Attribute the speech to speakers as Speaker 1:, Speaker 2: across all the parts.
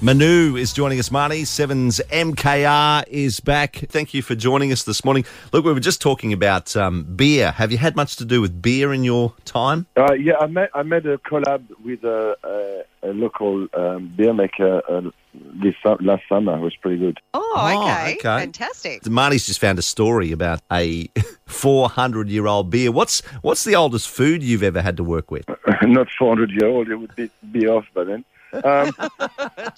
Speaker 1: Manu is joining us, Marty. Sevens MKR is back. Thank you for joining us this morning. Look, we were just talking about um, beer. Have you had much to do with beer in your time?
Speaker 2: Uh, yeah, I made, I made a collab with a, a, a local um, beer maker uh, this su- last summer. It was pretty good.
Speaker 3: Oh,
Speaker 1: Oh,
Speaker 3: okay.
Speaker 1: okay.
Speaker 3: Fantastic.
Speaker 1: Marty's just found a story about a 400 year old beer. What's what's the oldest food you've ever had to work with?
Speaker 2: Not 400 year old, it would be, be off by then. Um,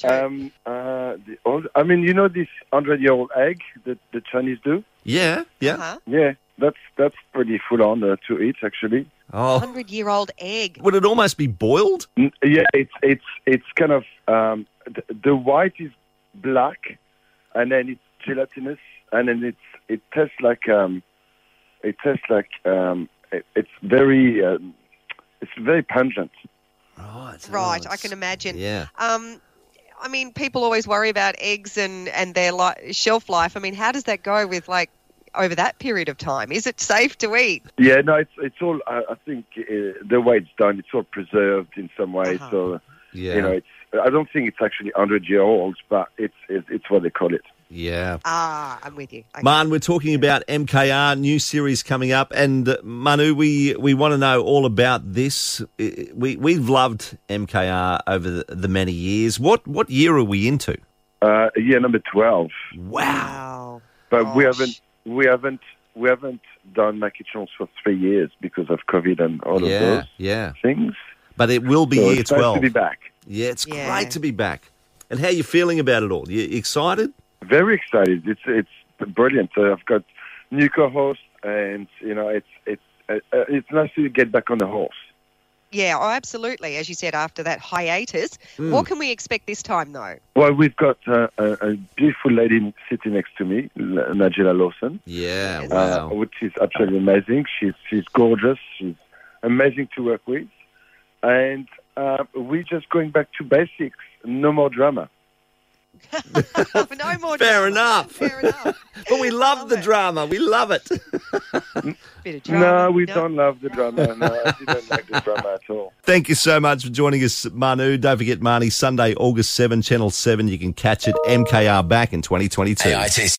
Speaker 2: um, uh, the old, I mean, you know this 100 year old egg that the Chinese do?
Speaker 1: Yeah, yeah.
Speaker 3: Huh?
Speaker 2: Yeah, that's that's pretty full on uh, to eat actually.
Speaker 1: Oh,
Speaker 3: 100 year old egg.
Speaker 1: would it almost be boiled?
Speaker 2: N- Yeah, it's it's it's kind of um, th- the white is black, and then it's gelatinous, and then it's it tastes like um, it tastes like um, it, it's very um, it's very pungent.
Speaker 1: Right, oh,
Speaker 3: Right, I
Speaker 1: it's-
Speaker 3: can imagine.
Speaker 1: Yeah.
Speaker 3: Um, I mean, people always worry about eggs and, and their li- shelf life. I mean, how does that go with like over that period of time? Is it safe to eat?
Speaker 2: Yeah, no, it's it's all. I, I think uh, the way it's done, it's all preserved in some way.
Speaker 3: Uh-huh.
Speaker 2: So
Speaker 1: Yeah.
Speaker 2: you know, it's I don't think it's actually hundred year olds, but it's, it's it's what they call it.
Speaker 1: yeah.
Speaker 3: Ah, I'm with you. Okay.
Speaker 1: Man, we're talking about MKR new series coming up, and uh, Manu, we, we want to know all about this. I- We we've loved MKR over the, the many years. What what year are we into?
Speaker 2: Uh, year number twelve.
Speaker 1: Wow,
Speaker 3: Wow.
Speaker 2: But we
Speaker 3: Gosh.
Speaker 2: haven't, we haven't, we haven't done my kitchens for three years because of COVID and all
Speaker 1: yeah,
Speaker 2: of those
Speaker 1: yeah.
Speaker 2: things.
Speaker 1: But it will be
Speaker 2: So
Speaker 1: year
Speaker 2: it's nice
Speaker 1: twelve.
Speaker 2: to be back.
Speaker 1: Yeah, it's
Speaker 3: Yeah.
Speaker 1: great to be back. And how you feeling about it all? You excited?
Speaker 2: Very excited. It's it's brilliant. So I've got new co-host, and you know, it's it's uh, uh, it's nice to get back on the horse.
Speaker 3: Yeah, oh, absolutely. As you said, after that hiatus,
Speaker 1: Hmm.
Speaker 3: what can we expect this time, though?
Speaker 2: Well, we've got uh, a, a beautiful lady sitting next to me, L- Nigella Lawson.
Speaker 1: Yeah,
Speaker 3: Yes.
Speaker 2: uh,
Speaker 1: wow.
Speaker 2: which is absolutely amazing. She's she's gorgeous. She's amazing to work with, and uh, we're just going back to basics. No more drama.
Speaker 3: no
Speaker 1: Fair
Speaker 3: more. drama.
Speaker 1: enough.
Speaker 3: Fair enough.
Speaker 1: But we love
Speaker 3: Love
Speaker 1: the
Speaker 3: it.
Speaker 1: drama. We love it.
Speaker 3: Bit of drama.
Speaker 2: no, we
Speaker 3: No.
Speaker 2: don't love the drama. No, I didn't like the drama at all.
Speaker 1: Thank you so much for joining us, Manu. Don't forget, Marnie, Sunday, August 7, Channel 7. You can catch it. MKR back in 2022.
Speaker 4: AITC.